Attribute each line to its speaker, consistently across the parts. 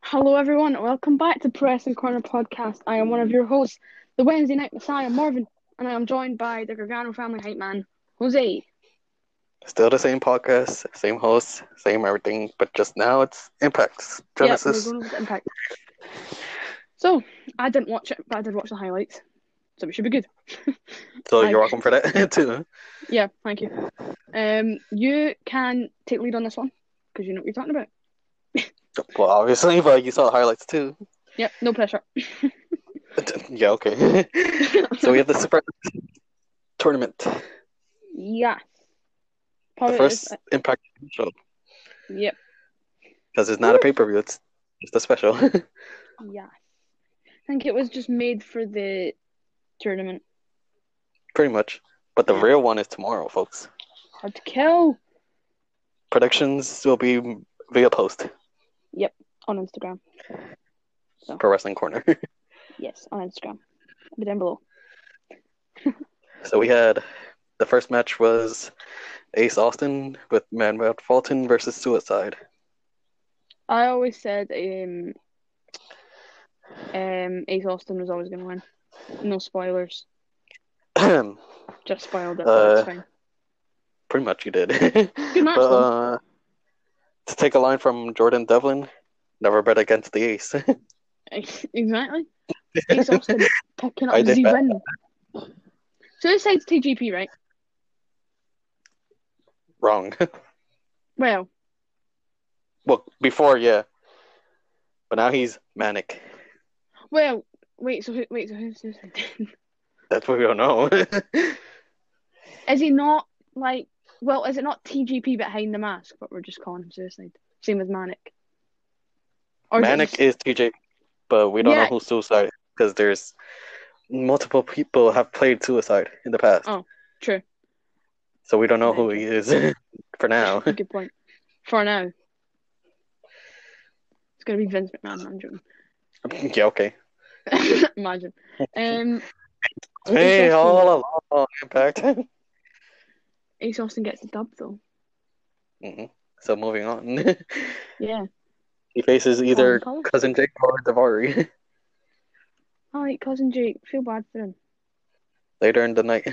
Speaker 1: Hello, everyone. Welcome back to Press and Corner Podcast. I am one of your hosts, the Wednesday Night Messiah, Marvin, and I am joined by the Gargano family hype man, Jose.
Speaker 2: Still the same podcast, same host, same everything, but just now it's Impact
Speaker 1: Yep,
Speaker 2: Genesis.
Speaker 1: we're going with Impact. So, I didn't watch it, but I did watch the highlights, so it should be good.
Speaker 2: so
Speaker 1: I-
Speaker 2: you're welcome for that too.
Speaker 1: Yeah, thank you. Um, you can take lead on this one because you know what you're talking about.
Speaker 2: Well, obviously, but you saw the highlights too.
Speaker 1: Yep, no pressure.
Speaker 2: yeah, okay. so we have the Super Tournament,
Speaker 1: yeah.
Speaker 2: the
Speaker 1: Probably
Speaker 2: first Impact show
Speaker 1: uh, Yep.
Speaker 2: because it's not a pay per view; it's just a special.
Speaker 1: Yeah. I think it was just made for the tournament.
Speaker 2: Pretty much. But the real one is tomorrow, folks.
Speaker 1: Hard to kill
Speaker 2: Predictions will be via post
Speaker 1: on Instagram.
Speaker 2: for Wrestling Corner.
Speaker 1: Yes, on Instagram. I'll be down below.
Speaker 2: so we had the first match was Ace Austin with Manuel Fulton versus Suicide.
Speaker 1: I always said um, um, Ace Austin was always going to win. No spoilers.
Speaker 2: Pretty
Speaker 1: Just spoiled it. but
Speaker 2: Uh,
Speaker 1: it's fine.
Speaker 2: much you did. Good
Speaker 1: match,
Speaker 2: uh, to take a line from Jordan Devlin, never bet against the Ace.
Speaker 1: exactly. Ace Austin picking up
Speaker 2: I did
Speaker 1: the
Speaker 2: bet.
Speaker 1: win. Suicide's TGP, right?
Speaker 2: Wrong.
Speaker 1: Well,
Speaker 2: Well, before, yeah. But now he's manic.
Speaker 1: well. Wait, so who, wait, so who's Suicide?
Speaker 2: That's what we don't know.
Speaker 1: is he not like? Well, is it not TGP behind the mask? But we're just calling him Suicide. Same with Manic. Or is it
Speaker 2: manic
Speaker 1: just-
Speaker 2: is TJ, but we don't
Speaker 1: Yeah.
Speaker 2: know who Suicide because there's multiple people have played Suicide in the past,
Speaker 1: Oh. true.
Speaker 2: so we don't know who he is for now.
Speaker 1: Good point. For now. It's gonna be Vince McMahon, I'm
Speaker 2: yeah, okay.
Speaker 1: joking. Imagine. Um
Speaker 2: Hey,
Speaker 1: Ace Austin-
Speaker 2: all along, Impact.
Speaker 1: Ace Austin gets the dub though.
Speaker 2: Mhm. So moving on.
Speaker 1: Yeah.
Speaker 2: He faces either
Speaker 1: Colin Collins.
Speaker 2: cousin Jake or Davari
Speaker 1: I like cousin Jake. Feel bad for him.
Speaker 2: later in the night.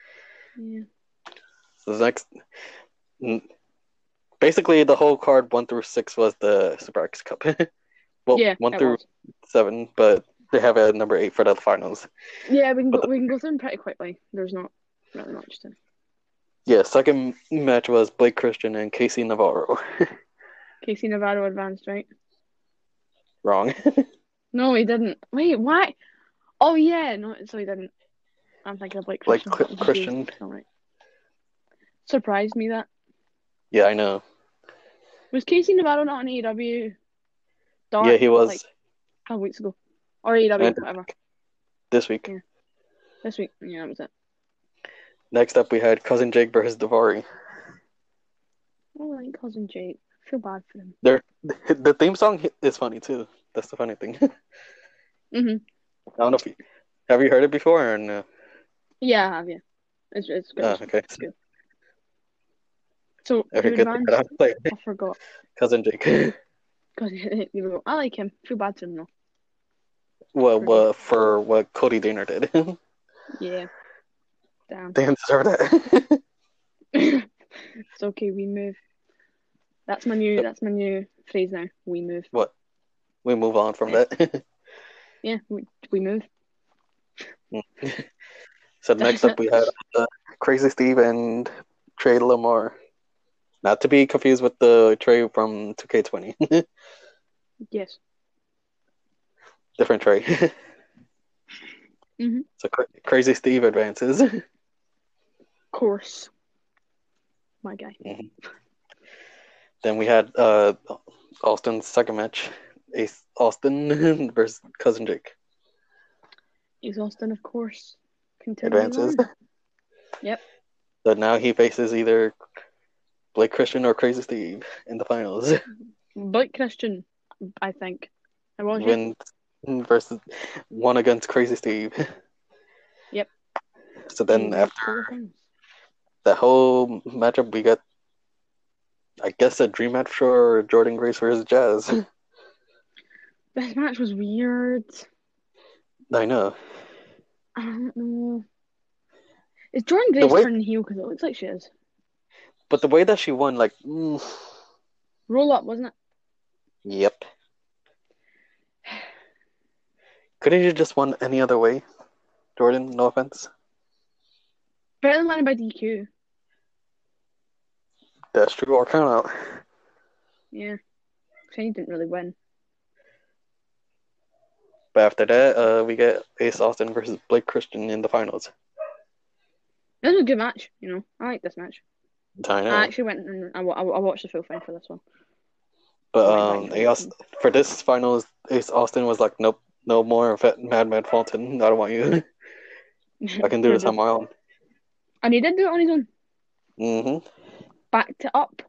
Speaker 1: Yeah.
Speaker 2: So the next, mm, basically the whole card one through six was the Super X Cup. well,
Speaker 1: yeah.
Speaker 2: one
Speaker 1: it
Speaker 2: through
Speaker 1: was.
Speaker 2: seven, but they have a number eight for the finals.
Speaker 1: Yeah, we can go we can go through them pretty quickly. There's not really much to
Speaker 2: Yeah, second match was Blake Christian and Casey Navarro.
Speaker 1: Casey Navarro advanced, right?
Speaker 2: Wrong.
Speaker 1: No, he didn't. Wait, why? Oh yeah, no, so he didn't. I'm thinking of like
Speaker 2: Like
Speaker 1: Christian.
Speaker 2: Cl- Christian.
Speaker 1: Alright. Surprised me that.
Speaker 2: yeah, I know.
Speaker 1: Was Casey Navarro not on AEW? Dark,
Speaker 2: yeah, he was
Speaker 1: like, a couple weeks ago, or AEW,
Speaker 2: And-
Speaker 1: whatever.
Speaker 2: this week.
Speaker 1: Yeah. This week, yeah, that was it.
Speaker 2: Next up, we had cousin Jake versus Davari.
Speaker 1: Oh, like cousin Jake. I feel bad for him.
Speaker 2: The theme song is funny too. That's the funny thing. I
Speaker 1: hmm
Speaker 2: don't know if you have you heard it before or no.
Speaker 1: Yeah, I have you? It's it's good.
Speaker 2: Oh, okay.
Speaker 1: It's good. So who
Speaker 2: Every good thing
Speaker 1: advanced?
Speaker 2: that I play.
Speaker 1: I forgot.
Speaker 2: Cousin Jake.
Speaker 1: Cousin you were- I like him. Feel bad for him though.
Speaker 2: Well, well, for what Cody Daner did.
Speaker 1: Yeah. Damn.
Speaker 2: Damn, deserve that.
Speaker 1: it's okay. We move. That's my new. That's my new phrase now. We move.
Speaker 2: we move on from that.
Speaker 1: Yeah, we, we move.
Speaker 2: so next up, we had uh, Crazy Steve and Trey Lamar. Not to be confused with the Trey from 2K20.
Speaker 1: Yes.
Speaker 2: Different Trey.
Speaker 1: Mhm.
Speaker 2: So Cra- Crazy Steve advances.
Speaker 1: Course. My guy.
Speaker 2: Then we had uh, Austin's second match, Ace Austin versus Cousin Jake.
Speaker 1: He's Austin, of course. Continue
Speaker 2: Advances.
Speaker 1: on. Yep.
Speaker 2: So now he faces either Blake Christian or Crazy Steve in the finals.
Speaker 1: Blake Christian, I think. I want him.
Speaker 2: Win versus one against Crazy Steve.
Speaker 1: Yep. Mm.
Speaker 2: So then after that whole matchup, we got, I guess, a dream match for Jordan Grace versus Jazz.
Speaker 1: This match was weird.
Speaker 2: I know.
Speaker 1: I don't know. Is Jordan
Speaker 2: The
Speaker 1: Grace
Speaker 2: way-
Speaker 1: turning heel? Because it looks like she is.
Speaker 2: But the way that she won, like, mm,
Speaker 1: Roll up, wasn't it?
Speaker 2: yep. Couldn't you just won any other way, Jordan? No offense.
Speaker 1: Better than winning by DQ.
Speaker 2: That's true. Or count out.
Speaker 1: Yeah. Shane didn't really win.
Speaker 2: But after that, uh, we get Ace Austin versus Blake Christian in the finals.
Speaker 1: This was a good match, you know. I like this match.
Speaker 2: I know.
Speaker 1: I actually went and I, wa- I, wa- I watched the full thing for this one.
Speaker 2: But
Speaker 1: Oh,
Speaker 2: um,
Speaker 1: right.
Speaker 2: Ace, for this finals, Ace Austin was like, "Nope, no more Fat- Mad Mad Fulton. I don't want you. I can do this on my own."
Speaker 1: And he did do it on his own.
Speaker 2: hmm
Speaker 1: Backed it up.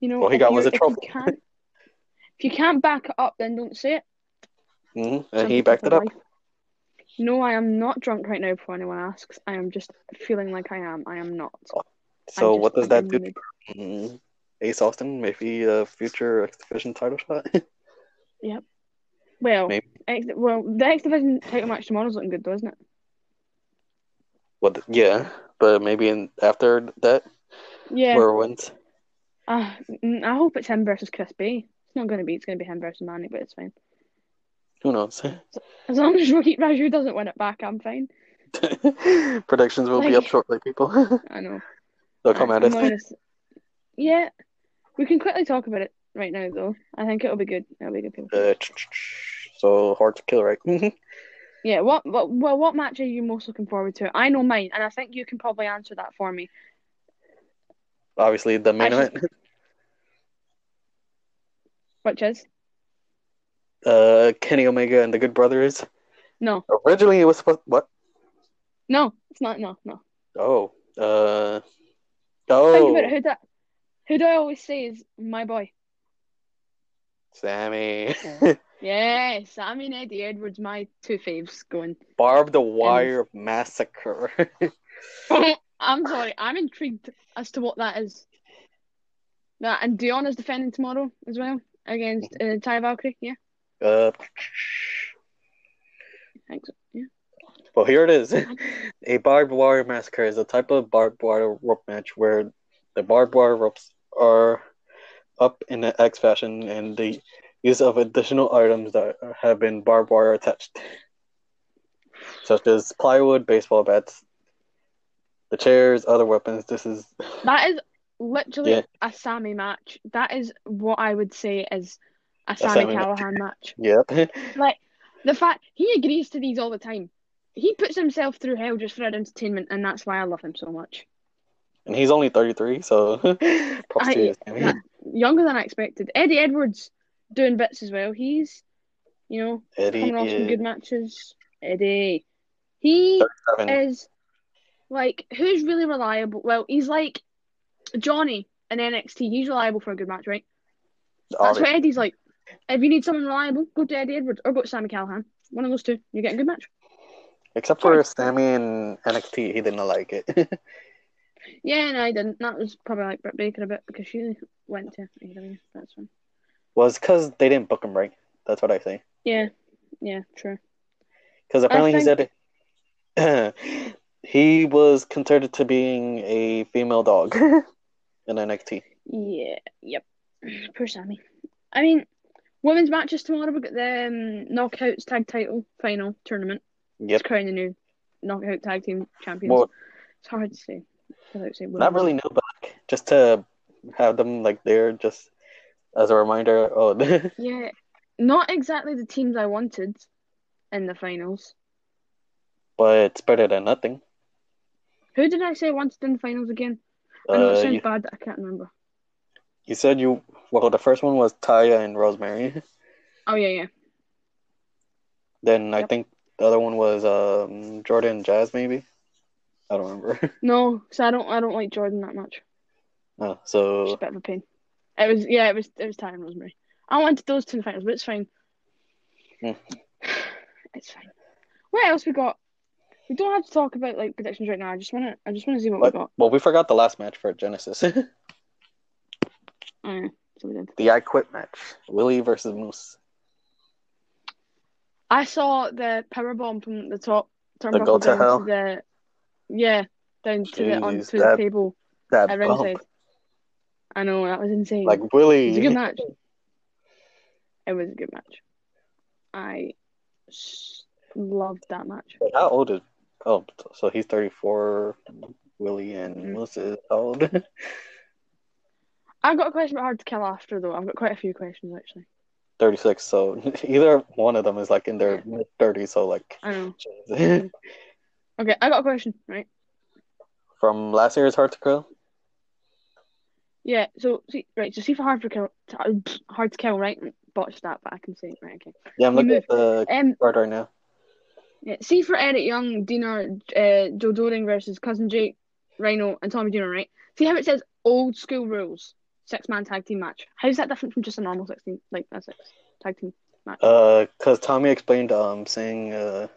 Speaker 1: You know,
Speaker 2: All he
Speaker 1: if
Speaker 2: got
Speaker 1: you-
Speaker 2: was a
Speaker 1: if you
Speaker 2: trophy.
Speaker 1: can't- if you can't back it up, then don't say it.
Speaker 2: hmm
Speaker 1: Some
Speaker 2: And he
Speaker 1: people
Speaker 2: backed
Speaker 1: for
Speaker 2: it up.
Speaker 1: life. No, I am not drunk right now. Before anyone asks, I am just feeling like I am. I am not.
Speaker 2: So
Speaker 1: I'm just
Speaker 2: what does
Speaker 1: in
Speaker 2: that
Speaker 1: the
Speaker 2: do?
Speaker 1: mood.
Speaker 2: Mhm. Ace Austin, maybe a future X Division title shot.
Speaker 1: Well,
Speaker 2: Maybe.
Speaker 1: X, well, the X Division title match tomorrow's looking good, though, isn't it?
Speaker 2: well, th- yeah, but maybe in after that,
Speaker 1: Yeah.
Speaker 2: where wins.
Speaker 1: Uh, mm, I hope it's him versus Chris B. It's not going to be. It's going to be him versus Manny, but it's fine.
Speaker 2: Who knows?
Speaker 1: As long as Rohit Raju doesn't win it back, I'm fine.
Speaker 2: Predictions will be up
Speaker 1: Like-
Speaker 2: shortly, people.
Speaker 1: I know.
Speaker 2: They'll come at
Speaker 1: I'm
Speaker 2: us.
Speaker 1: not gonna s- Yeah, we can quickly talk about it right now, though. I think it'll be good. It'll be good. People.
Speaker 2: Uh, ch- ch- ch- so hard to kill, right?
Speaker 1: Mm-hmm. Yeah, what, what, well, what match are you most looking forward to? I know mine, and I think you can probably answer that for me.
Speaker 2: Obviously, the main
Speaker 1: Actually-
Speaker 2: event.
Speaker 1: Which is
Speaker 2: uh, Kenny Omega and the Good Brothers.
Speaker 1: no,
Speaker 2: Originally, it was supposed what?
Speaker 1: no, it's not. No, no.
Speaker 2: Oh, uh,
Speaker 1: Think about it,
Speaker 2: oh,
Speaker 1: who that, who do I always say is my boy?
Speaker 2: Sammy,
Speaker 1: Yeah, Sammy and Eddie Edwards, my two faves going.
Speaker 2: Barb the Wire Massacre.
Speaker 1: I'm sorry, I'm intrigued as to what that is. That and Dionna's defending tomorrow as well against uh, Ty Valkyrie. Yeah,
Speaker 2: uh,
Speaker 1: thanks. Yeah.
Speaker 2: well, here it is. A barbed wire massacre is a type of barbed wire rope match where the barbed wire ropes are up in an X fashion and the use of additional items that have been barbed wire attached, such as plywood, baseball bats, the chairs, other weapons. This is
Speaker 1: That is literally
Speaker 2: Yeah.
Speaker 1: a Sammy match. That is what I would say is a Sammy,
Speaker 2: Sammy match.
Speaker 1: Callahan match.
Speaker 2: yep.
Speaker 1: Like the fact he agrees to these all the time. He puts himself through hell just for our entertainment, and that's why I love him so much.
Speaker 2: And he's only 33, so props
Speaker 1: I-
Speaker 2: to you.
Speaker 1: that- younger than I expected. Eddie Edwards doing bits as well. He's, you know,
Speaker 2: Eddie
Speaker 1: coming off some good
Speaker 2: is
Speaker 1: matches. Eddie, he
Speaker 2: seven.
Speaker 1: is like who's really reliable. Well, he's like Johnny in NXT. He's reliable for a good match, right? That's what Eddie's like. If you need someone reliable, go to Eddie Edwards or go to Sammy Callahan. One of those two, you get a good match.
Speaker 2: Except for Sammy and NXT, he did not like it.
Speaker 1: Yeah, no, I didn't. That was probably like Britt Baker a bit because she went to AEW. That's fine.
Speaker 2: Was because they didn't book him right. That's what I say.
Speaker 1: Yeah, yeah, true.
Speaker 2: Because apparently
Speaker 1: I
Speaker 2: he said it. he was considered to being a female dog in NXT.
Speaker 1: Yeah, yep. Poor Sammy. I mean, women's matches tomorrow. We got the um, knockouts tag title final tournament.
Speaker 2: Yep.
Speaker 1: It's crowning the new knockout tag team champions.
Speaker 2: Well-
Speaker 1: it's hard to say without saying.
Speaker 2: Not
Speaker 1: women's.
Speaker 2: really new, but like, just to have them like there, just as a reminder. Oh,
Speaker 1: Yeah, not exactly the teams I wanted in the finals.
Speaker 2: but it's better than nothing.
Speaker 1: Who did I say I wanted in the finals again? I know it
Speaker 2: Uh,
Speaker 1: sounds
Speaker 2: you,
Speaker 1: bad. I can't remember.
Speaker 2: you said you. Well, the first one was Taya and Rosemary.
Speaker 1: Oh yeah, yeah.
Speaker 2: Then I
Speaker 1: Yep.
Speaker 2: think the other one was um, Jordan and Jazz, maybe. I don't remember.
Speaker 1: No, so I don't. I don't like Jordan that much.
Speaker 2: oh,
Speaker 1: She's a
Speaker 2: so
Speaker 1: bit of a pain. It was yeah. It was it was Ty and Rosemary. I wanted those two in the finals, but it's fine.
Speaker 2: Mm.
Speaker 1: It's fine. What else we got? We don't have to talk about like predictions right now. I just wanna I just wanna see what
Speaker 2: What?
Speaker 1: we got.
Speaker 2: well, we forgot the last match for Genesis.
Speaker 1: Uh, So we did.
Speaker 2: The I Quit match. Willie versus Moose.
Speaker 1: I saw the power bomb from the top
Speaker 2: The go
Speaker 1: turnbuckle
Speaker 2: to
Speaker 1: down
Speaker 2: hell?
Speaker 1: to the yeah down to the
Speaker 2: Jeez,
Speaker 1: onto the
Speaker 2: that-
Speaker 1: table
Speaker 2: That
Speaker 1: at
Speaker 2: bump.
Speaker 1: ringside. I know that was insane.
Speaker 2: Like
Speaker 1: it was a good
Speaker 2: Willie.
Speaker 1: match. It was a good match. I s- loved that match.
Speaker 2: How old is? Oh, so he's thirty four. Willie and
Speaker 1: Mhm.
Speaker 2: Moose is how old.
Speaker 1: I've got a question about hard to kill after though. I've got quite a few questions actually.
Speaker 2: thirty six. So either one of them is like in their mid thirties. So like
Speaker 1: I know.
Speaker 2: Jesus.
Speaker 1: Okay, I got a question, right?
Speaker 2: from last year's Hard to Kill.
Speaker 1: Yeah, so see right, so see for hard to kill to, hard to kill, right? Botched that, but I can say it right, okay.
Speaker 2: Yeah, I'm
Speaker 1: You
Speaker 2: looking at the
Speaker 1: Um
Speaker 2: card right now.
Speaker 1: yeah, see for Eric Young, Dina uh, Joe Doring versus cousin Jake, Rhino and Tommy Dino, right? See how it says old school rules, six man tag team match. How's that different from just a normal sixteen like a six tag team?
Speaker 2: Uh, cause Tommy explained um saying uh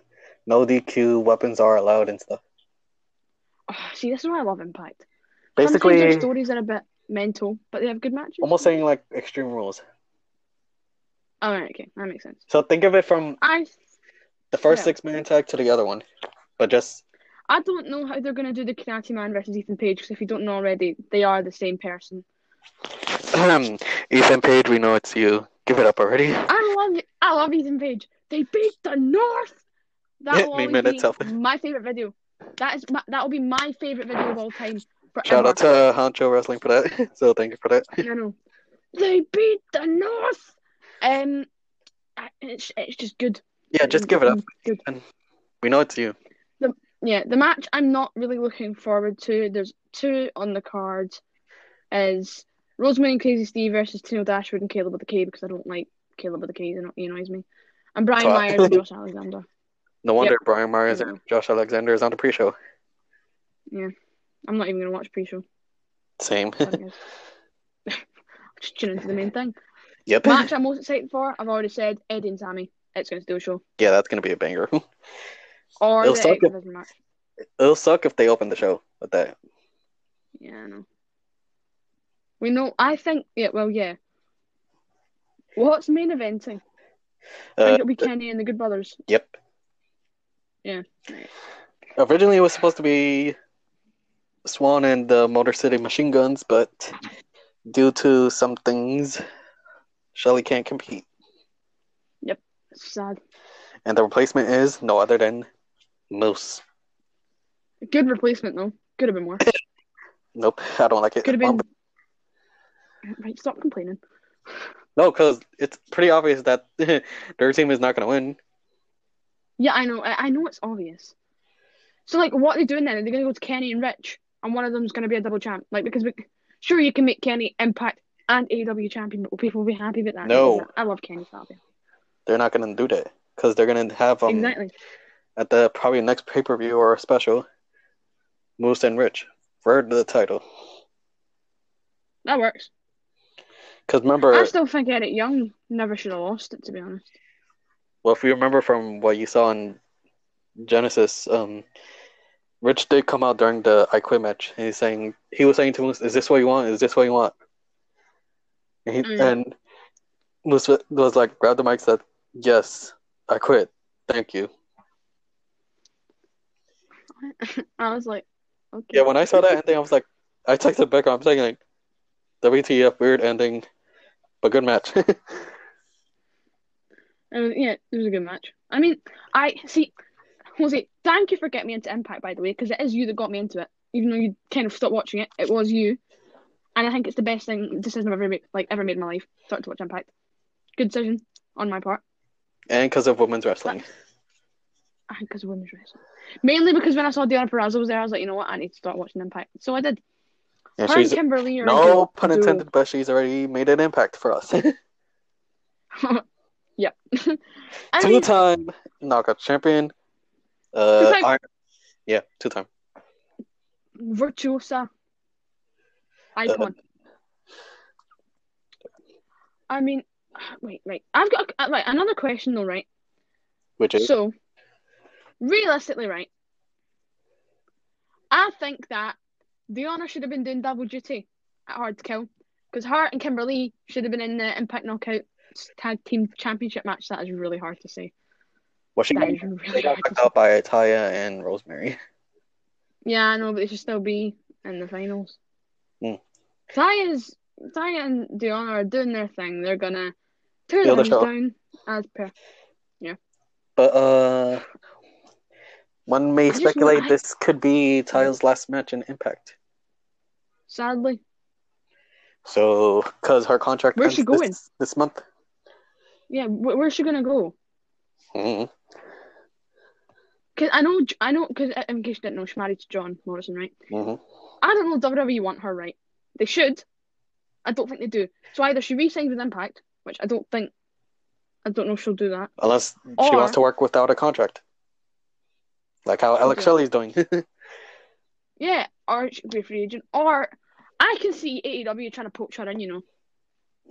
Speaker 2: no DQ weapons are allowed and stuff.
Speaker 1: Oh, see this is why I love Impact. Sometimes their
Speaker 2: Basically,
Speaker 1: stories are a bit mental, but they have good matches.
Speaker 2: almost saying like extreme rules.
Speaker 1: Oh, right, okay, that makes sense.
Speaker 2: So think of it from
Speaker 1: I
Speaker 2: the first
Speaker 1: Yeah.
Speaker 2: six man tag to the other one, but just
Speaker 1: I don't know how they're gonna do the Karate Man versus Ethan Page because if you don't know already, they are the same person.
Speaker 2: Ethan Page, we know it's you. Give it up already.
Speaker 1: I love I love Ethan Page. They beat the North. That
Speaker 2: Hit
Speaker 1: will
Speaker 2: me,
Speaker 1: always
Speaker 2: minute
Speaker 1: be
Speaker 2: seven.
Speaker 1: my favorite video. That is my, that will be my favorite video of all time. Forever.
Speaker 2: Shout out to Hancho Wrestling for that. So thank you for that.
Speaker 1: I know. They beat the North. Um, I- it's it's just good.
Speaker 2: Yeah, just give it up.
Speaker 1: Good.
Speaker 2: We know it's you.
Speaker 1: Yeah, the match I'm not really looking forward to. There's two on the card. Is Rosemary and Crazy Steve versus Tino Dashwood and Caleb with the K because I don't like Caleb with the K. He annoys me. And Brian
Speaker 2: Twat.
Speaker 1: Myers and Josh Alexander.
Speaker 2: No wonder Brian Myers
Speaker 1: Yeah.
Speaker 2: and Josh Alexander is on the pre-show.
Speaker 1: I'm not even gonna watch pre-show.
Speaker 2: Same.
Speaker 1: I guess. Just tune into the main thing.
Speaker 2: yep.
Speaker 1: Match I'm most excited for. I've already said Eddie and Sammy. It's going to do a show
Speaker 2: Yeah, that's gonna be a banger.
Speaker 1: or
Speaker 2: It'll
Speaker 1: the
Speaker 2: suck
Speaker 1: X Division match.
Speaker 2: It'll suck if they open the show with that.
Speaker 1: Yeah, I know. We know. I think. Yeah. Well, yeah. What's main eventing? I think
Speaker 2: Uh,
Speaker 1: it'll be Kenny and the Good Brothers.
Speaker 2: yep.
Speaker 1: Yeah.
Speaker 2: Originally, it was supposed to be Swan and the Motor City Machine Guns, but due to some things, Shelly can't compete,
Speaker 1: Sad.
Speaker 2: and the replacement is no other than Moose.
Speaker 1: Good replacement though. Could have been worse.
Speaker 2: Nope, I don't like it.
Speaker 1: Could have been. Right, stop complaining.
Speaker 2: No, because it's pretty obvious that their team is not going to win.
Speaker 1: Yeah, I know. I, I know it's obvious. So, like, what are they doing then? Are they going to go to Kenny and Rich, and one of them's going to be a double champ? Like, because we, sure you can make Kenny Impact and AEW champion, but will people be happy with that?
Speaker 2: No.
Speaker 1: I love Kenny Fabio.
Speaker 2: They're not going to do that because they're going to have um
Speaker 1: exactly.
Speaker 2: at the probably next pay per view or special, Moose and Rich for the title.
Speaker 1: That works.
Speaker 2: Because remember,
Speaker 1: I still think Eric Young never should have lost it, to be honest.
Speaker 2: Well, if you remember from what you saw in Genesis, um, Rich did come out during the I Quit match. And he's saying he was saying to Moose, "Is this what you want? Is this what you want?" And, he,
Speaker 1: Mm.
Speaker 2: and Moose wa- was like, grabbed the mic, said, "Yes, I quit. Thank you."
Speaker 1: I was like, okay.
Speaker 2: Yeah, when I saw that ending, I was like, I texted Becca. I'm saying like, "WTF? Weird ending, but good match."
Speaker 1: It was, yeah, it was a good match. I mean, I see, Jose, thank you for getting me into Impact, by the way, because it is you that got me into it. Even though you kind of stopped watching it, it was you. And I think it's the best thing decision I've ever made, like ever made in my life. Start to watch Impact. Good decision on my part.
Speaker 2: and because of women's wrestling,
Speaker 1: I think because of women's wrestling. Mainly because when I saw Diana Perazzo was there, I was like, you know what, I need to start watching Impact. So I did.
Speaker 2: and
Speaker 1: Her and
Speaker 2: she's
Speaker 1: Kimberly are a
Speaker 2: no pun
Speaker 1: duo.
Speaker 2: intended, but she's already made an impact for us.
Speaker 1: Yep. I mean,
Speaker 2: two-time knockout champion. Uh,
Speaker 1: Two-time-
Speaker 2: Iron- yeah, two-time.
Speaker 1: virtuosa icon. I mean, wait, right. I've got a, right another question though, right?
Speaker 2: Which is
Speaker 1: So, realistically, right? I think that Diana should have been doing double duty at Hard to Kill, Because Hart and Kimberly should have been in the Impact Knockout Tag Team Championship match. That is really hard to say.
Speaker 2: Well, she
Speaker 1: That
Speaker 2: got,
Speaker 1: is
Speaker 2: they
Speaker 1: really
Speaker 2: got
Speaker 1: hard to
Speaker 2: knocked
Speaker 1: say.
Speaker 2: out by Taya and Rosemary.
Speaker 1: Yeah, I know, but they should still be in the finals.
Speaker 2: Hmm.
Speaker 1: Taya's Taya and Deanna are doing their thing. They're gonna tear
Speaker 2: The
Speaker 1: the
Speaker 2: other
Speaker 1: house
Speaker 2: show.
Speaker 1: down as per.
Speaker 2: But uh, one may
Speaker 1: I just want-
Speaker 2: speculate
Speaker 1: I-
Speaker 2: this could be Taya's last match in Impact.
Speaker 1: Sadly,
Speaker 2: So, because her contract
Speaker 1: Where's she
Speaker 2: ends
Speaker 1: going?
Speaker 2: This, this month.
Speaker 1: yeah. Wh- where's she gonna go?
Speaker 2: Mhm.
Speaker 1: Cause I know, J- I know. Cause uh, in case you didn't know, she's married to John Morrison, right?
Speaker 2: Mhm.
Speaker 1: I don't know WWE want her, right? They should. I don't think they do. So either she resigns with Impact, which I don't think. I don't know if she'll do that.
Speaker 2: Unless she
Speaker 1: Or-
Speaker 2: wants to work without a contract. Like how Alex
Speaker 1: Yeah.
Speaker 2: Shelley's doing.
Speaker 1: Yeah, or she could be a free agent, or I can see AEW trying to poach her in. You know,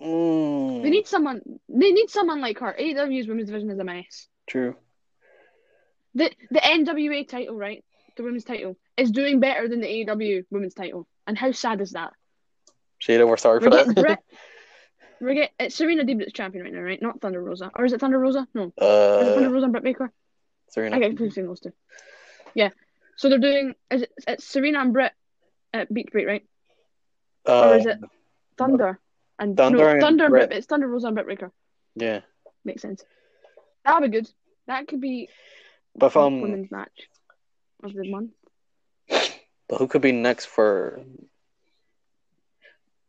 Speaker 2: mm,
Speaker 1: they need someone. They need someone like her. AEW's women's division is a mess.
Speaker 2: true.
Speaker 1: The the NWA title, right? The women's title is doing better than the AEW women's title. And how sad is that?
Speaker 2: She didn't work sorry for
Speaker 1: We're getting
Speaker 2: that.
Speaker 1: Brit. We're getting it's Serena Deeb that's champion right now, right? Not Thunder Rosa, or is it Thunder Rosa? No, is it Thunder
Speaker 2: Uh,
Speaker 1: Rosa and Britt Baker?
Speaker 2: Serena.
Speaker 1: I get confused between those two. Yeah, so they're doing is it it's Serena and Britt at Beat Break, right? Or
Speaker 2: Uh,
Speaker 1: is it Thunder and
Speaker 2: Thunder
Speaker 1: no,
Speaker 2: and
Speaker 1: Thunder and
Speaker 2: Britt.
Speaker 1: Britt. It's Thunder Rosa and Britt Baker.
Speaker 2: yeah.
Speaker 1: Makes sense. That would be good. That could be
Speaker 2: But if, um,
Speaker 1: women's match of the month.
Speaker 2: But who could be next for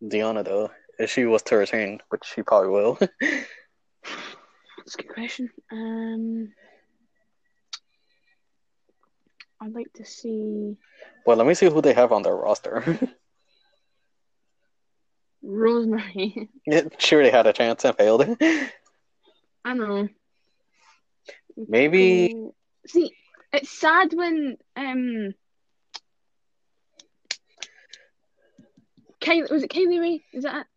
Speaker 2: Diana though? If she was to retain, which she probably will.
Speaker 1: That's a good question. Um, I'd like to see
Speaker 2: but let me see who they have on their roster.
Speaker 1: Rosemary.
Speaker 2: she already had a chance and failed.
Speaker 1: I know.
Speaker 2: Maybe
Speaker 1: Ooh. See, it's sad when um, Kylie was it Kylie Ray? Is that it?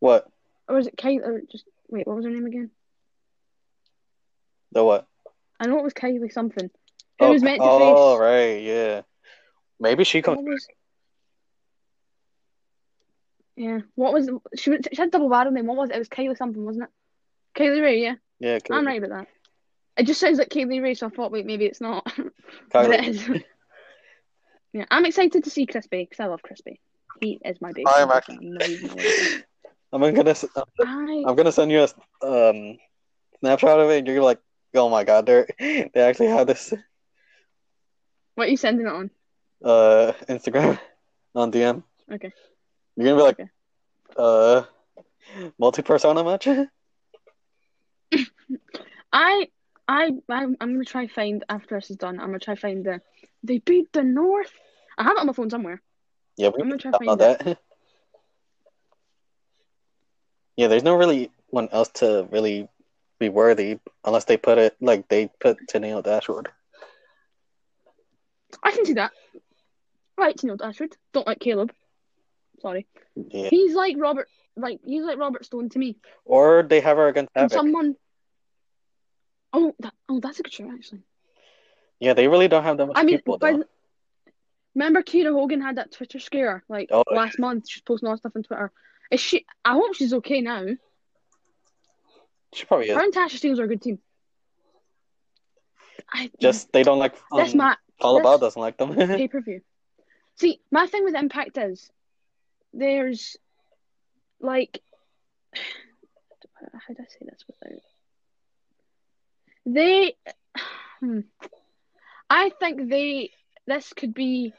Speaker 2: what?
Speaker 1: or was it Kylie? Or just wait, what was her name again?
Speaker 2: The what?
Speaker 1: I know it was Kylie something. Who was meant to
Speaker 2: oh
Speaker 1: face?
Speaker 2: right, yeah. Maybe she comes.
Speaker 1: What was? Yeah, what was she? was- She had double barrel name. What was it? It was Kylie something, wasn't it? Kylie Ray, yeah.
Speaker 2: Yeah,
Speaker 1: I'm right about that. It just sounds like Kaylee Ray, so I thought, wait, maybe it's not. but
Speaker 2: Kylie.
Speaker 1: it is. yeah, I'm excited to see Crispy because I love Crispy. He is my baby.
Speaker 2: I'm actually-
Speaker 1: No, he's not. I
Speaker 2: I'm gonna. s- I'm gonna send you a um snapshot of it. and You're gonna be like, oh my god, they are they actually have this
Speaker 1: what are you sending it on?
Speaker 2: uh Instagram on DM.
Speaker 1: Okay.
Speaker 2: You're gonna be like,
Speaker 1: Okay.
Speaker 2: uh, multi persona much?
Speaker 1: I, I, I'm, I'm gonna try find after this is done. I'm gonna try find the. They beat the North. I have it on my phone somewhere.
Speaker 2: Yeah, we
Speaker 1: I'm gonna try
Speaker 2: can talk about
Speaker 1: find
Speaker 2: that. Yeah, there's no really one else to really be worthy unless they put it like they put Tennille Dashwood.
Speaker 1: I can see that. Right, Neil Dashwood. Don't like Caleb. Sorry.
Speaker 2: Yeah.
Speaker 1: He's like Robert. Like he's like Robert Stone to me.
Speaker 2: Or they have her against
Speaker 1: And
Speaker 2: Havoc.
Speaker 1: someone. Oh, that, oh, that's a good show actually.
Speaker 2: Yeah, they really don't have that much
Speaker 1: I mean,
Speaker 2: people
Speaker 1: by
Speaker 2: though.
Speaker 1: the- remember Kira Hogan had that Twitter scare like
Speaker 2: Oh,
Speaker 1: last month. She's posting all that stuff on Twitter. Is she? I hope she's okay now.
Speaker 2: She probably
Speaker 1: Her
Speaker 2: is.
Speaker 1: and Tasha Steelz are a good team. I,
Speaker 2: Just they don't like
Speaker 1: this
Speaker 2: um,
Speaker 1: match
Speaker 2: Paula
Speaker 1: this-
Speaker 2: Abdul doesn't like them.
Speaker 1: pay per view. See, my thing with Impact is there's like how do I say this without they. Hmm. I think they this could be,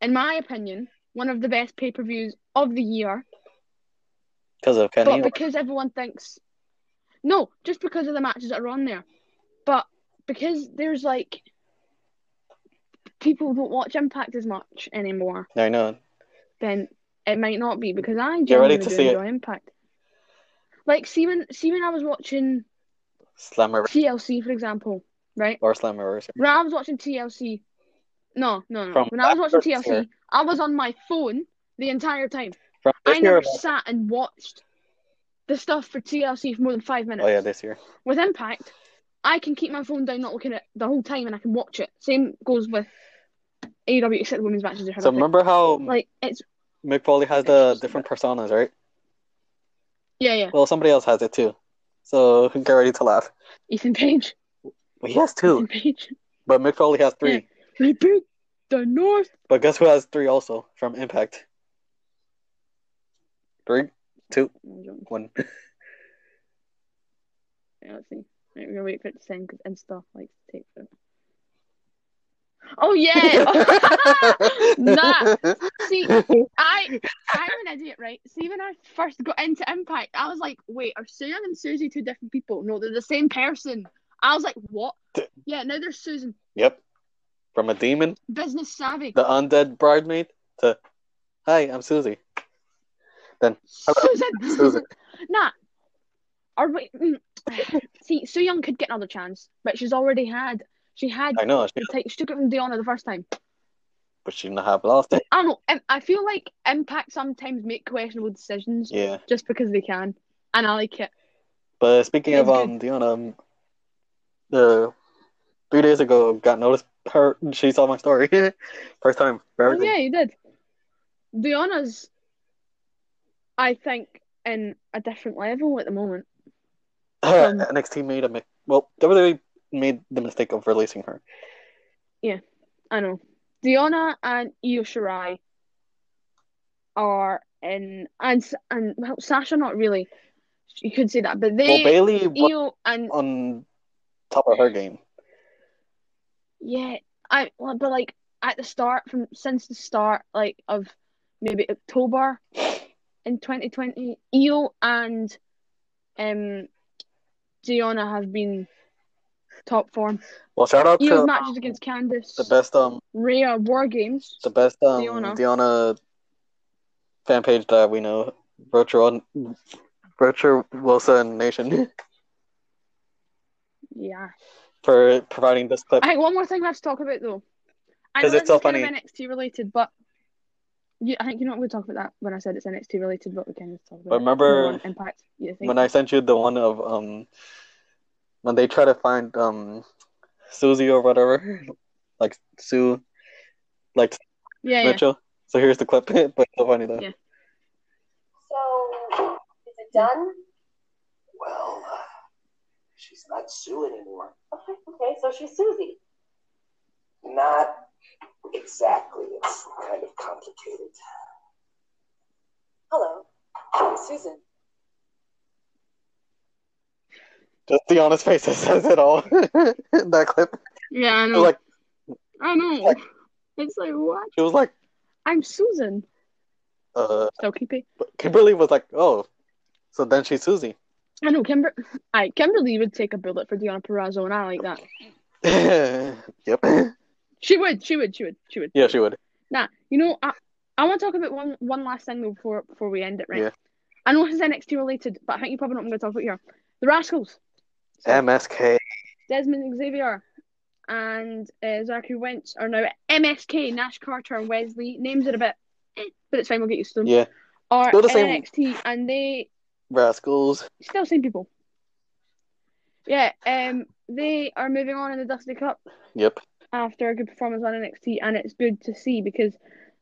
Speaker 1: in my opinion, one of the best pay per views of the year.
Speaker 2: Because of Kenny.
Speaker 1: But because everyone thinks, no, just because of the matches that are on there, but because there's like people don't watch Impact as much anymore,
Speaker 2: I know.
Speaker 1: then it might not be because I
Speaker 2: Get
Speaker 1: genuinely
Speaker 2: ready to
Speaker 1: do
Speaker 2: see it.
Speaker 1: enjoy Impact. Like see when see when I was watching
Speaker 2: Slammer
Speaker 1: TLC for example, right?
Speaker 2: or Slammer.
Speaker 1: When I was watching TLC, no, no, no.
Speaker 2: From
Speaker 1: when I was watching
Speaker 2: backwards
Speaker 1: TLC,
Speaker 2: or-
Speaker 1: I was on my phone the entire time.
Speaker 2: From this
Speaker 1: I
Speaker 2: year.
Speaker 1: never
Speaker 2: or last-
Speaker 1: sat and watched the stuff for TLC for more than five minutes.
Speaker 2: Oh yeah, this year.
Speaker 1: With Impact, I can keep my phone down, not looking at it the whole time, and I can watch it. Same goes with E AEW, except the women's matches are
Speaker 2: So
Speaker 1: horrific.
Speaker 2: remember how
Speaker 1: Like it's
Speaker 2: Mick Foley has the different personas, right?
Speaker 1: Yeah, yeah.
Speaker 2: Well, somebody else has it too. So get ready to laugh.
Speaker 1: Ethan Page.
Speaker 2: He has
Speaker 1: Ethan
Speaker 2: two,
Speaker 1: Page.
Speaker 2: but Mick Foley has three.
Speaker 1: Yeah. Repeat the North.
Speaker 2: But guess who has three also from Impact? Three, two, one.
Speaker 1: Yeah, let's see. Right, we're gonna wait for it to send because Insta likes to take it. Oh yeah! nah. See, I I'm an idiot, right? See, when I first got into Impact, I was like, "Wait, are Susan and Susie two different people? No, they're the same person." I was like, "What?" Yeah, now there's Susan,
Speaker 2: Yep. From a demon,
Speaker 1: business savvy.
Speaker 2: the undead bridemaid, to Hi, I'm Susie.
Speaker 1: Susan,
Speaker 2: Susan.
Speaker 1: Nah. Or wait, mm. see, Soo Young could get another chance, but she's already had. She had.
Speaker 2: I know, she-
Speaker 1: She, take, she took it from Deanna the first time.
Speaker 2: but she not have lost it.
Speaker 1: I don't know. Im- I feel like Impact sometimes make questionable decisions
Speaker 2: Yeah.
Speaker 1: just because they can, and I like it.
Speaker 2: But speaking of
Speaker 1: It's
Speaker 2: um Deanna, um, the three days ago got noticed her she saw my story. First time for
Speaker 1: Oh,
Speaker 2: everything.
Speaker 1: yeah, you did. Deanna's, I think, in a different level at the moment. Um,
Speaker 2: NXT Uh, made a mi- well WWE made the mistake of releasing her.
Speaker 1: I know. Diona and Io Shirai are in, and S- and well, Sasha not really. You could say that, but
Speaker 2: Well,
Speaker 1: they
Speaker 2: Bailey was
Speaker 1: Io and
Speaker 2: on top of her game.
Speaker 1: yeah, I well, but like at the start from since the start like of maybe October in twenty twenty, Io and um Diona have been top form.
Speaker 2: Well, shout out
Speaker 1: Io's
Speaker 2: to
Speaker 1: matches against Candice,
Speaker 2: the best um
Speaker 1: Rhea War Games.
Speaker 2: the best um
Speaker 1: Diona.
Speaker 2: Diona, fan page that we know, virtual virtual Wilson Nation
Speaker 1: Yeah.
Speaker 2: for providing this clip.
Speaker 1: I think one more thing we have to talk about though. I know
Speaker 2: 'Cause
Speaker 1: this
Speaker 2: it's so
Speaker 1: is kind
Speaker 2: funny.
Speaker 1: of NXT related, but you, I think you know what we talk about that when I said it's NXT related, but we can just talk about
Speaker 2: But
Speaker 1: it
Speaker 2: remember-
Speaker 1: more on impact. You think?
Speaker 2: when I sent you the one of um when they try to find um Susie or whatever, like Sue, like
Speaker 1: yeah, yeah.
Speaker 2: Mitchell. So here's the clip, but it's so funny though.
Speaker 1: Yeah.
Speaker 3: So, is it done?
Speaker 4: Well, uh, she's not Sue anymore.
Speaker 3: Okay, okay, so she's Susie.
Speaker 4: Not exactly. It's kind of complicated.
Speaker 3: Hello, Susan.
Speaker 2: Just the honest face that says it all. that clip.
Speaker 1: Yeah, I
Speaker 2: She
Speaker 1: know.
Speaker 2: was like
Speaker 1: I know.
Speaker 2: like-
Speaker 1: It's like what?
Speaker 2: she was like
Speaker 1: I'm Susan.
Speaker 2: uh
Speaker 1: Still creepy.
Speaker 2: Kimberly was like, Oh so then she's Susie.
Speaker 1: I know Kimber. I Kimberly would take a bullet for Deanna Perrazzo, and I like that.
Speaker 2: yep.
Speaker 1: She would. She would. She would. She would.
Speaker 2: Yeah, she would.
Speaker 1: Nah, you know, I I want to talk about one one last thing though before before we end it, right?
Speaker 2: Yeah.
Speaker 1: I know this is NXT related, but I think you probably know what I'm going to talk about here. The Rascals. So,
Speaker 2: MSK.
Speaker 1: Desmond Xavier and uh, Zachary Wentz are now at MSK, Nash Carter, and Wesley. Names are a bit, eh, but it's fine. We'll get used to them.
Speaker 2: Yeah.
Speaker 1: Are
Speaker 2: Still the
Speaker 1: in
Speaker 2: same-
Speaker 1: NXT, and they
Speaker 2: Rascals.
Speaker 1: still same people. Yeah. Um. They are moving on in the Dusty Cup
Speaker 2: Yep.
Speaker 1: after a good performance on NXT, and it's good to see because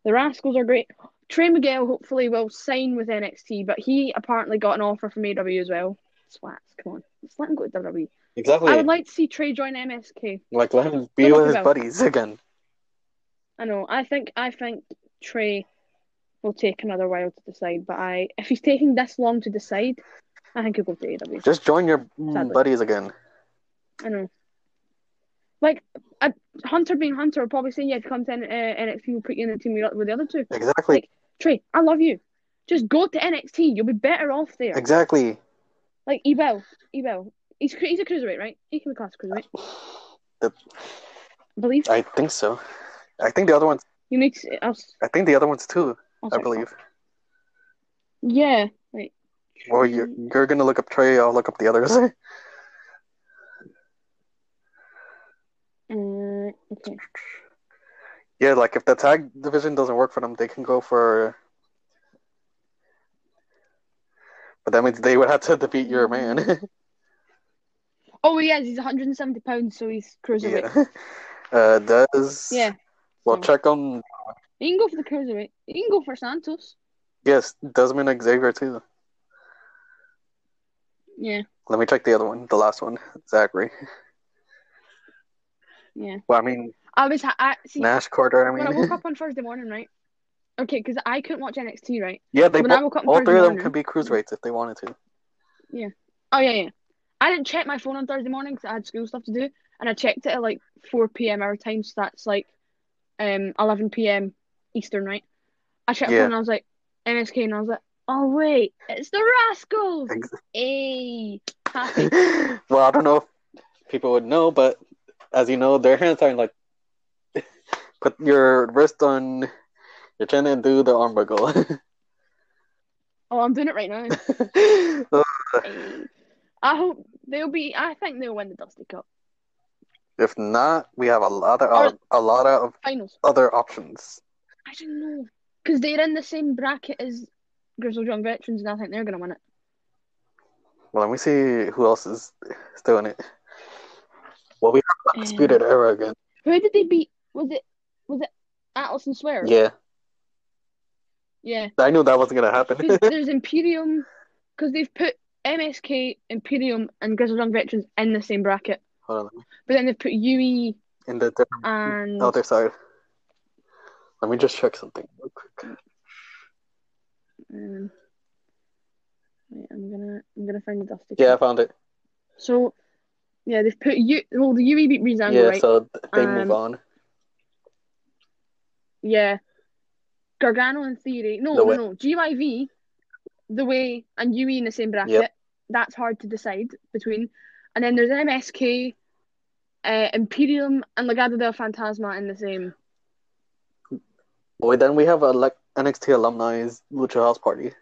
Speaker 1: the Rascals are great. Trey Miguel hopefully will sign with NXT, but he apparently got an offer from AW as well. Swats, come on, let's let him go to WWE.
Speaker 2: Exactly.
Speaker 1: I would like to see Trey join MSK.
Speaker 2: like let him be
Speaker 1: Look
Speaker 2: with his
Speaker 1: about-
Speaker 2: buddies again.
Speaker 1: I know. I think I think Trey will take another while to decide, but I if he's taking this long to decide, I think he'll go to AW.
Speaker 2: Just join your mm,
Speaker 1: Sadly.
Speaker 2: buddies again.
Speaker 1: I know. Like I, Hunter being Hunter will probably say, "Yeah, if you come to N- uh, NXT, we'll put you in the team with the other two.
Speaker 2: Exactly.
Speaker 1: Like- Trey, I love you. Just go to NXT. You'll be better off there.
Speaker 2: exactly.
Speaker 1: Like E he will. He will. He's cru- he's a cruiserweight, right? He can be classed cruiserweight.
Speaker 2: That-
Speaker 1: I believe
Speaker 2: I think so. I think the other ones.
Speaker 1: you need to. I'll, s-
Speaker 2: I think the other ones too.
Speaker 1: I'll
Speaker 2: I
Speaker 1: check that.
Speaker 2: believe.
Speaker 1: Yeah. Wait.
Speaker 2: Or you're, you're gonna look up Trey. I'll look up the others.
Speaker 1: Uh, okay.
Speaker 2: yeah, like if the tag division doesn't work for them, they can go for. But that means they would have to defeat your
Speaker 1: Mm-hmm.
Speaker 2: man.
Speaker 1: Oh, he is. He's 170 pounds, so he's cruiserweight. Yeah.
Speaker 2: yeah. Uh, does well check on
Speaker 1: You can go for the cruiserweight. You can go for Santos.
Speaker 2: yes Desmond Xavier too.
Speaker 1: Yeah,
Speaker 2: Let me check the other one, the last one, Zachary.
Speaker 1: yeah.
Speaker 2: Well, I mean
Speaker 1: I was ha- I see
Speaker 2: Nash Carter.
Speaker 1: when
Speaker 2: I
Speaker 1: I woke
Speaker 2: mean,
Speaker 1: up on Thursday morning, right? Okay, because I couldn't watch NXT, right?
Speaker 2: yeah, they
Speaker 1: when I
Speaker 2: both,
Speaker 1: woke up on
Speaker 2: all
Speaker 1: Thursday
Speaker 2: three of them
Speaker 1: morning-
Speaker 2: could be cruiserweights if they wanted to.
Speaker 1: Oh yeah, yeah. I didn't check my phone on Thursday morning because I had school stuff to do, and I checked it at like four p.m. our time, so that's like um eleven p.m. Eastern, right? I checked my
Speaker 2: Yeah.
Speaker 1: phone and I was like MSK, and I was like, oh wait, it's the Rascals.
Speaker 2: Ex-
Speaker 1: Hey, happy.
Speaker 2: well, I don't know if people would know, but as you know, their hands are like put your wrist on your chin and do the arm wiggle.
Speaker 1: oh, I'm doing it right now.
Speaker 2: Uh,
Speaker 1: Hey. I hope they'll be. I think they'll win the Dusty Cup
Speaker 2: if not, we have a lot of a lot of
Speaker 1: finals.
Speaker 2: other options.
Speaker 1: I don't know because they're in the same bracket as Grizzle Young Veterans, and I think they're gonna win it.
Speaker 2: Well, let me see who else is still in it. Well, we have
Speaker 1: Um,
Speaker 2: Undisputed Era again.
Speaker 1: Who did they beat? Was it was it Atlas and Swear?
Speaker 2: Yeah,
Speaker 1: Yeah.
Speaker 2: I knew that wasn't gonna happen.
Speaker 1: 'Cause there's Imperium because they've put MSK, Imperium, and Grizzled Young Veterans in the same bracket,
Speaker 2: Hold on,
Speaker 1: but then they've put UE
Speaker 2: in the different
Speaker 1: and
Speaker 2: other side. Let me just check something real quick.
Speaker 1: um, wait, I'm gonna I'm gonna find the Dusty.
Speaker 2: Yeah, I
Speaker 1: Cup.
Speaker 2: found it.
Speaker 1: So yeah, they've put U. Well, the UE beat Breezango,
Speaker 2: yeah,
Speaker 1: right?
Speaker 2: so they move
Speaker 1: Um,
Speaker 2: on.
Speaker 1: Yeah. Gargano in theory. No,
Speaker 2: The
Speaker 1: no,
Speaker 2: way-
Speaker 1: no. GYV, the way, and UE in the same bracket. That's hard to decide between. And then there's MSK, uh, Imperium, and Legado del Fantasma in the same.
Speaker 2: Boy, then we have a like NXT alumni's Lucha House Party.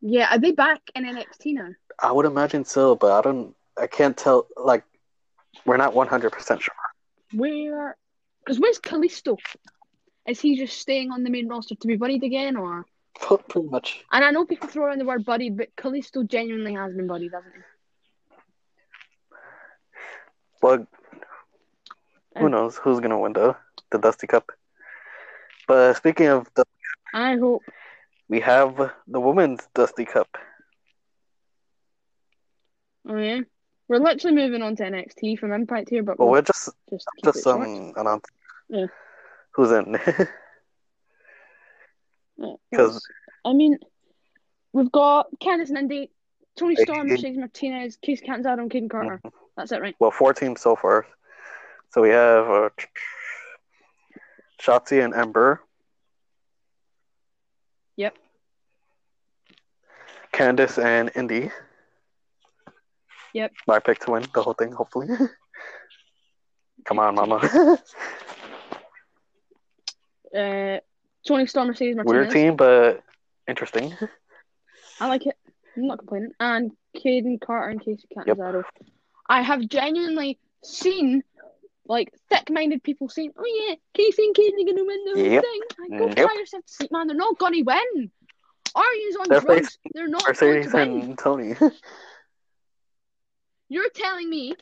Speaker 1: Yeah, are they back in NXT now?
Speaker 2: I would imagine so, but I don't. I can't tell. Like, we're not one hundred percent sure.
Speaker 1: Where? Because where's Callisto? Is he just staying on the main roster to be buddied again, or?
Speaker 2: But pretty much.
Speaker 1: And I know people throw around the word buddied, but Callisto genuinely has been buddied, hasn't he?
Speaker 2: Well, who knows who's gonna win though the Dusty Cup. But speaking of, the,
Speaker 1: I hope.
Speaker 2: we have the women's Dusty Cup.
Speaker 1: Oh yeah, we're literally moving on to NXT from Impact here, but
Speaker 2: But
Speaker 1: we'll
Speaker 2: we're just
Speaker 1: just keep
Speaker 2: just
Speaker 1: it short.
Speaker 2: um announce
Speaker 1: Yeah.
Speaker 2: who's in.
Speaker 1: Yeah,
Speaker 2: 'Cause-
Speaker 1: that's- I mean, we've got Candice Nindi, Tony Storm,
Speaker 2: Hey. Mm-hmm.
Speaker 1: Shiggs Martinez, Keith Canzaro, and Caden Carter. That's it, right?
Speaker 2: well, four teams so far. So we have uh, Shotzi and Ember.
Speaker 1: Yep.
Speaker 2: Candace and Indy.
Speaker 1: Yep.
Speaker 2: My pick to win the whole thing, hopefully. Come on, Mama.
Speaker 1: Uh, Tony Storm, Mercedes
Speaker 2: Weird
Speaker 1: Martinez.
Speaker 2: team, but interesting.
Speaker 1: I like it. I'm not complaining. And Caden Carter and Casey
Speaker 2: Yep.
Speaker 1: Canzaro. I have genuinely seen like thick-minded people saying, "Oh yeah, Casey and Caden are gonna win the whole
Speaker 2: Yep. Mm-hmm.
Speaker 1: thing." Like, go
Speaker 2: Yep.
Speaker 1: cry yourself to sleep, man. They're not gonna win. Are you on
Speaker 2: They're
Speaker 1: drugs? They're not going to
Speaker 2: Mercedes
Speaker 1: win.
Speaker 2: and Tony
Speaker 1: You're telling me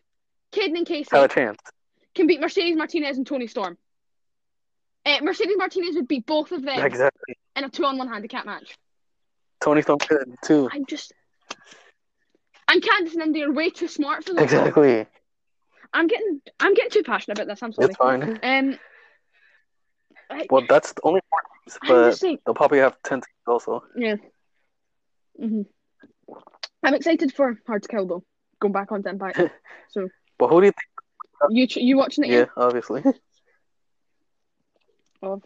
Speaker 1: Caden and Casey
Speaker 2: have a chance.
Speaker 1: can beat Mercedes Martinez and Tony Storm. Uh, Mercedes Martinez would beat both of them
Speaker 2: Exactly.
Speaker 1: in a two on one handicap match.
Speaker 2: Tony Storm could too.
Speaker 1: I'm just. And Candice and Indy are way too smart for this.
Speaker 2: Exactly.
Speaker 1: I'm getting I'm getting too passionate about this. I'm sorry.
Speaker 2: It's fine.
Speaker 1: Um, I,
Speaker 2: Well, that's the only four teams,
Speaker 1: I'm
Speaker 2: but
Speaker 1: just saying.
Speaker 2: they'll probably have ten teams also.
Speaker 1: Yeah. hmm I'm excited for Hard to Kill though. Going back on to Impact.
Speaker 2: But who do you
Speaker 1: you ch- you watching it?
Speaker 2: think? Yeah, obviously.
Speaker 1: Oh.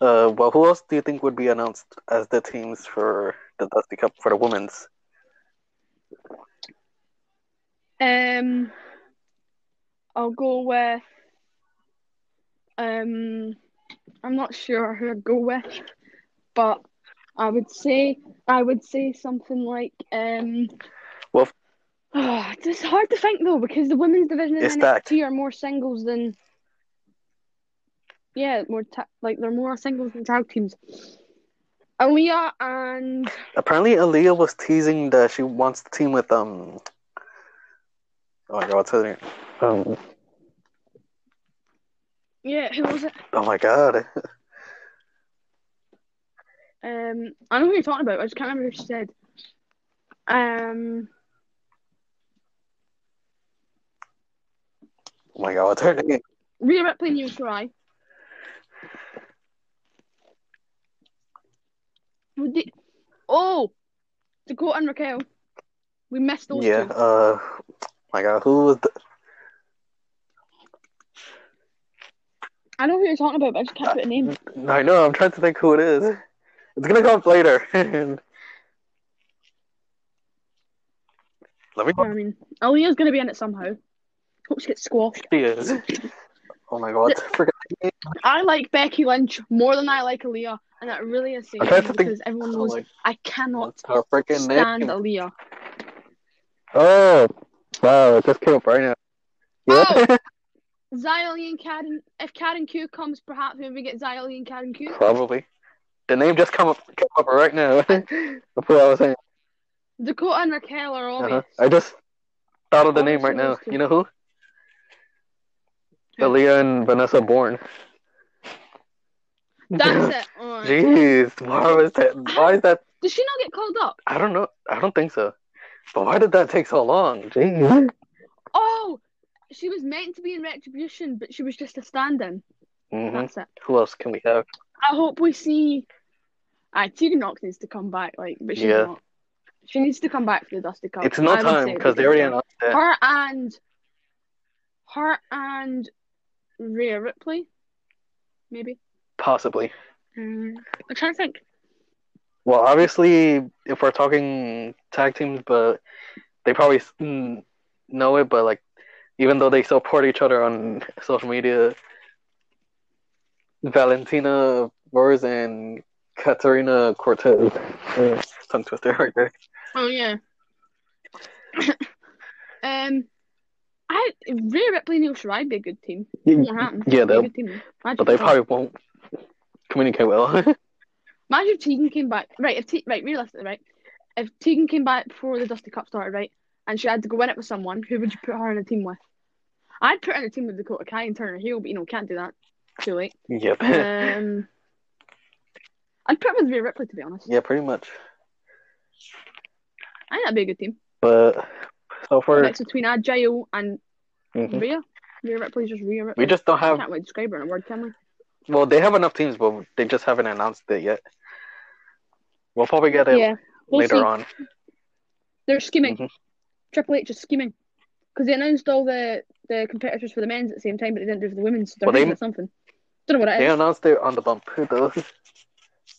Speaker 2: Uh, well, who else do you think would be announced as the teams for the Dusty Cup for the women's?
Speaker 1: Um, I'll go with. Um, I'm not sure who I'd go with, but I would say I would say something like um.
Speaker 2: Well, f-
Speaker 1: oh, it's hard to think though because the women's division in
Speaker 2: It's
Speaker 1: NXT
Speaker 2: stacked.
Speaker 1: are more singles than. Yeah, more ta- like they're more singles than tag teams. Aaliyah and
Speaker 2: Apparently, Aaliyah was teasing that she wants to team with um. Oh my god, what's her name? Um,
Speaker 1: yeah, who was it?
Speaker 2: oh my god,
Speaker 1: Um, I know who you're talking about. I just can't remember who she said. Um,
Speaker 2: Oh my god, what's her name?
Speaker 1: Rhea Ripley and Io Shirai. Would they- Oh, Dakota and Raquel. We missed those
Speaker 2: Yeah,
Speaker 1: two.
Speaker 2: uh, my god, who was the.
Speaker 1: I know who you're talking about, but I just can't put a name.
Speaker 2: I know, I'm trying to think who it is. It's gonna come up later. Let me
Speaker 1: I mean, Aaliyah's going to be in it somehow. Hope she gets squashed.
Speaker 2: she is. Oh my god, I forgot.
Speaker 1: I like Becky Lynch more than I like Aaliyah, and that really is saying
Speaker 2: I'm trying to
Speaker 1: something
Speaker 2: think-
Speaker 1: because everyone
Speaker 2: Oh,
Speaker 1: knows
Speaker 2: like,
Speaker 1: I cannot
Speaker 2: what's her freaking
Speaker 1: stand
Speaker 2: name?
Speaker 1: Aaliyah.
Speaker 2: Oh, wow, it just came up right now. Yeah.
Speaker 1: Oh, Xylee and Karen. If Karen Q comes, perhaps maybe we get Xylee and Karen Q.
Speaker 2: Probably. The name just come up came up right now. That's what I was saying.
Speaker 1: Dakota and Raquel are
Speaker 2: Uh-huh.
Speaker 1: obvious.
Speaker 2: I just thought of the name
Speaker 1: Obviously
Speaker 2: right now.
Speaker 1: those two.
Speaker 2: You know who?
Speaker 1: Who?
Speaker 2: Aaliyah and Vanessa Bourne.
Speaker 1: That's it. Alright.
Speaker 2: Jeez, why was that? Why is that?
Speaker 1: Does she not get called up?
Speaker 2: I don't know. I don't think so. But why did that take so long? Jeez.
Speaker 1: Oh, she was meant to be in Retribution, but she was just a stand-in.
Speaker 2: hmm
Speaker 1: That's it.
Speaker 2: Who else can we have?
Speaker 1: I hope we see. I Tegan Knox needs to come back, like, but she's
Speaker 2: Yeah.
Speaker 1: not. She needs to come back for the Dusty Cup.
Speaker 2: It's no
Speaker 1: Oh, I would
Speaker 2: time
Speaker 1: say
Speaker 2: because they already announced that.
Speaker 1: her and her and Rhea Ripley, maybe.
Speaker 2: Possibly.
Speaker 1: Mm, I'm trying to think.
Speaker 2: Well, obviously, if we're talking tag teams, but they probably mm, know it. But like, even though they support each other on social media, Valentina Flores and Katarina Cortez, Uh, tongue twister right there.
Speaker 1: Oh yeah. um, I Rhea Ripley and Io Shirai would be a good team. Won't happen.
Speaker 2: Mm.
Speaker 1: Be
Speaker 2: Yeah,
Speaker 1: a
Speaker 2: they'll,
Speaker 1: good team. Imagine
Speaker 2: but they
Speaker 1: if-
Speaker 2: probably won't communicate well.
Speaker 1: Imagine if Tegan came back. Right, if Te- right, realistically, right, if Tegan came back before the Dusty Cup started, right, and she had to go in it with someone, who would you put her in a team with? I'd put her in a team with Dakota Kai and turn her heel, but you know can't do that. Too late.
Speaker 2: yep.
Speaker 1: Um, I'd put her with Rhea Ripley to be honest.
Speaker 2: yeah, pretty much.
Speaker 1: I think that'd be a good team.
Speaker 2: But so far,
Speaker 1: Next between Agile and
Speaker 2: mhm.
Speaker 1: Rhea. Rhea Ripley's just Rhea Ripley.
Speaker 2: we just don't have.
Speaker 1: can't really describe her in a word, can we?
Speaker 2: Well, they have enough teams, but they just haven't announced it yet. We'll probably get it
Speaker 1: Yeah, we'll
Speaker 2: later
Speaker 1: see.
Speaker 2: on.
Speaker 1: They're scheming.
Speaker 2: Mhm.
Speaker 1: Triple H is scheming because they announced all the, the competitors for the men's at the same time, but they didn't do it for the women's. So they're
Speaker 2: Well, they-
Speaker 1: hinting at something. Don't know what it
Speaker 2: They
Speaker 1: is.
Speaker 2: announced it on the bump though,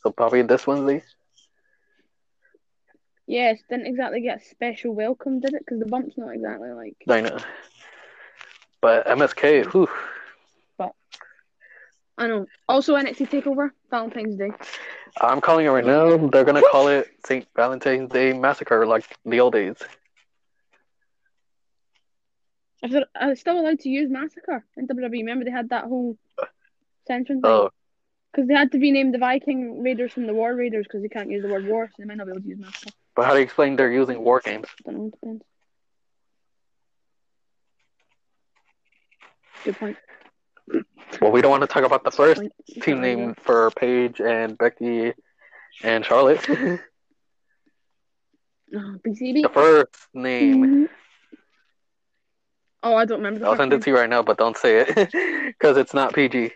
Speaker 2: so probably this Wednesday.
Speaker 1: Yes, didn't exactly get a special welcome, did it? Because the bump's not exactly like.
Speaker 2: I know, but MSK, whew,
Speaker 1: I know. Also, NXT Takeover Valentine's Day.
Speaker 2: I'm calling it right now. They're gonna call it St. Valentine's Day Massacre, like the old days.
Speaker 1: If they're are they still allowed to use Massacre in WWE, remember they had that whole sentence
Speaker 2: Oh,
Speaker 1: because they had to rename the Viking Raiders from the War Raiders because they can't use the word war, so they might not be able to use Massacre.
Speaker 2: but how do you explain they're using war games?
Speaker 1: Don't know. Depends. Good point.
Speaker 2: Well, we don't want to talk about the first
Speaker 1: Point.
Speaker 2: team name for Paige and Becky and Charlotte. the
Speaker 1: Oh, BCB.
Speaker 2: first name.
Speaker 1: Mhm. Oh, I don't remember. The
Speaker 2: I'll
Speaker 1: first
Speaker 2: send it to you right now, but don't say it because it's not PG.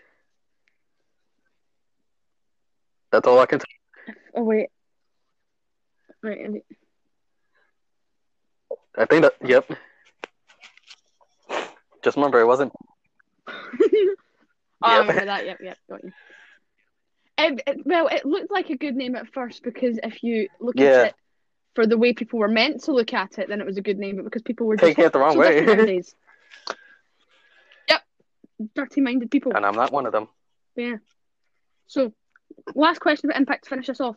Speaker 2: That's all I can. T-
Speaker 1: name. Oh wait. Wait. wait.
Speaker 2: I think that. Yep. Just remember, it wasn't
Speaker 1: oh, I
Speaker 2: Yep.
Speaker 1: remember that. Yep, yep, got you. It, it- well, it looked like a good name at first because if you look
Speaker 2: Yeah.
Speaker 1: at it for the way people were meant to look at it, then it was a good name. But because people were just
Speaker 2: taking it the wrong
Speaker 1: so different
Speaker 2: way.
Speaker 1: nowadays. Yep, dirty-minded people.
Speaker 2: and I'm not one of them.
Speaker 1: So, last question about Impact to finish this off.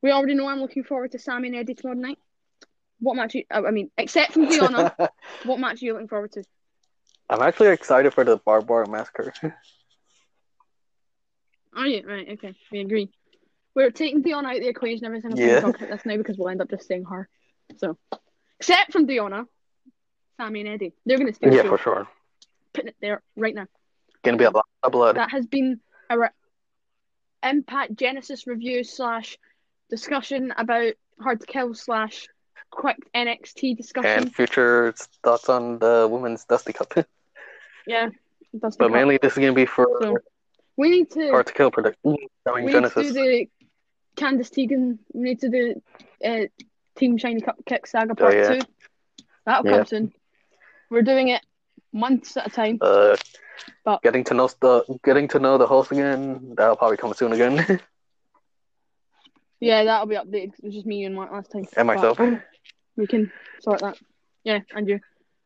Speaker 1: We already know I'm looking forward to Sammy and Eddie tomorrow night. What match? You, I mean, except from Gianna,
Speaker 2: I'm
Speaker 1: what match are you looking forward to?
Speaker 2: actually excited for the Barbed Wire Massacre.
Speaker 1: Are you right? Okay, we agree. We're taking Dion out of the equation every single time
Speaker 2: Yeah.
Speaker 1: we talk about this now because we'll end up just saying her. So, except from Diona, Sammy and Eddie, they're going to stay.
Speaker 2: yeah,
Speaker 1: true.
Speaker 2: for sure.
Speaker 1: Putting it there right now.
Speaker 2: Gonna be a lot of blood.
Speaker 1: That has been our Impact Genesis review slash discussion about Hard to Kill slash quick NXT discussion.
Speaker 2: and future thoughts on the women's Dusty Cup.
Speaker 1: yeah, that's the
Speaker 2: but
Speaker 1: cut.
Speaker 2: mainly this is gonna be for
Speaker 1: So, we need to.
Speaker 2: Hard to Kill production.
Speaker 1: we
Speaker 2: Showing
Speaker 1: need
Speaker 2: Genesis.
Speaker 1: to do the Candice Tegan. We need to do uh, Team Shiny Cupcake Saga Part
Speaker 2: Oh, yeah.
Speaker 1: Two. That'll
Speaker 2: Yeah.
Speaker 1: come soon. We're doing it months at a time.
Speaker 2: Uh,
Speaker 1: But-
Speaker 2: getting to know the getting to know the host again. That'll probably come soon again,
Speaker 1: Yeah, that'll be updated. 'cause It was just me and Mark last time.
Speaker 2: and myself.
Speaker 1: But we can sort that. Yeah, and you.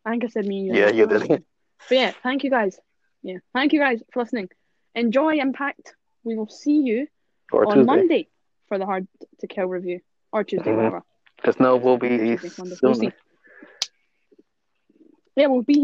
Speaker 1: I think I said me and you.
Speaker 2: Yeah, you did.
Speaker 1: But yeah, thank you guys. Yeah, thank you guys for listening. Enjoy Impact. We will see you
Speaker 2: Or
Speaker 1: on
Speaker 2: Tuesday.
Speaker 1: Monday for the Hard to Kill review or Tuesday,
Speaker 2: Mhm.
Speaker 1: whatever.
Speaker 2: Just know we'll be
Speaker 1: Tuesday, Monday. We'll
Speaker 2: soon.
Speaker 1: see. Yeah, we'll be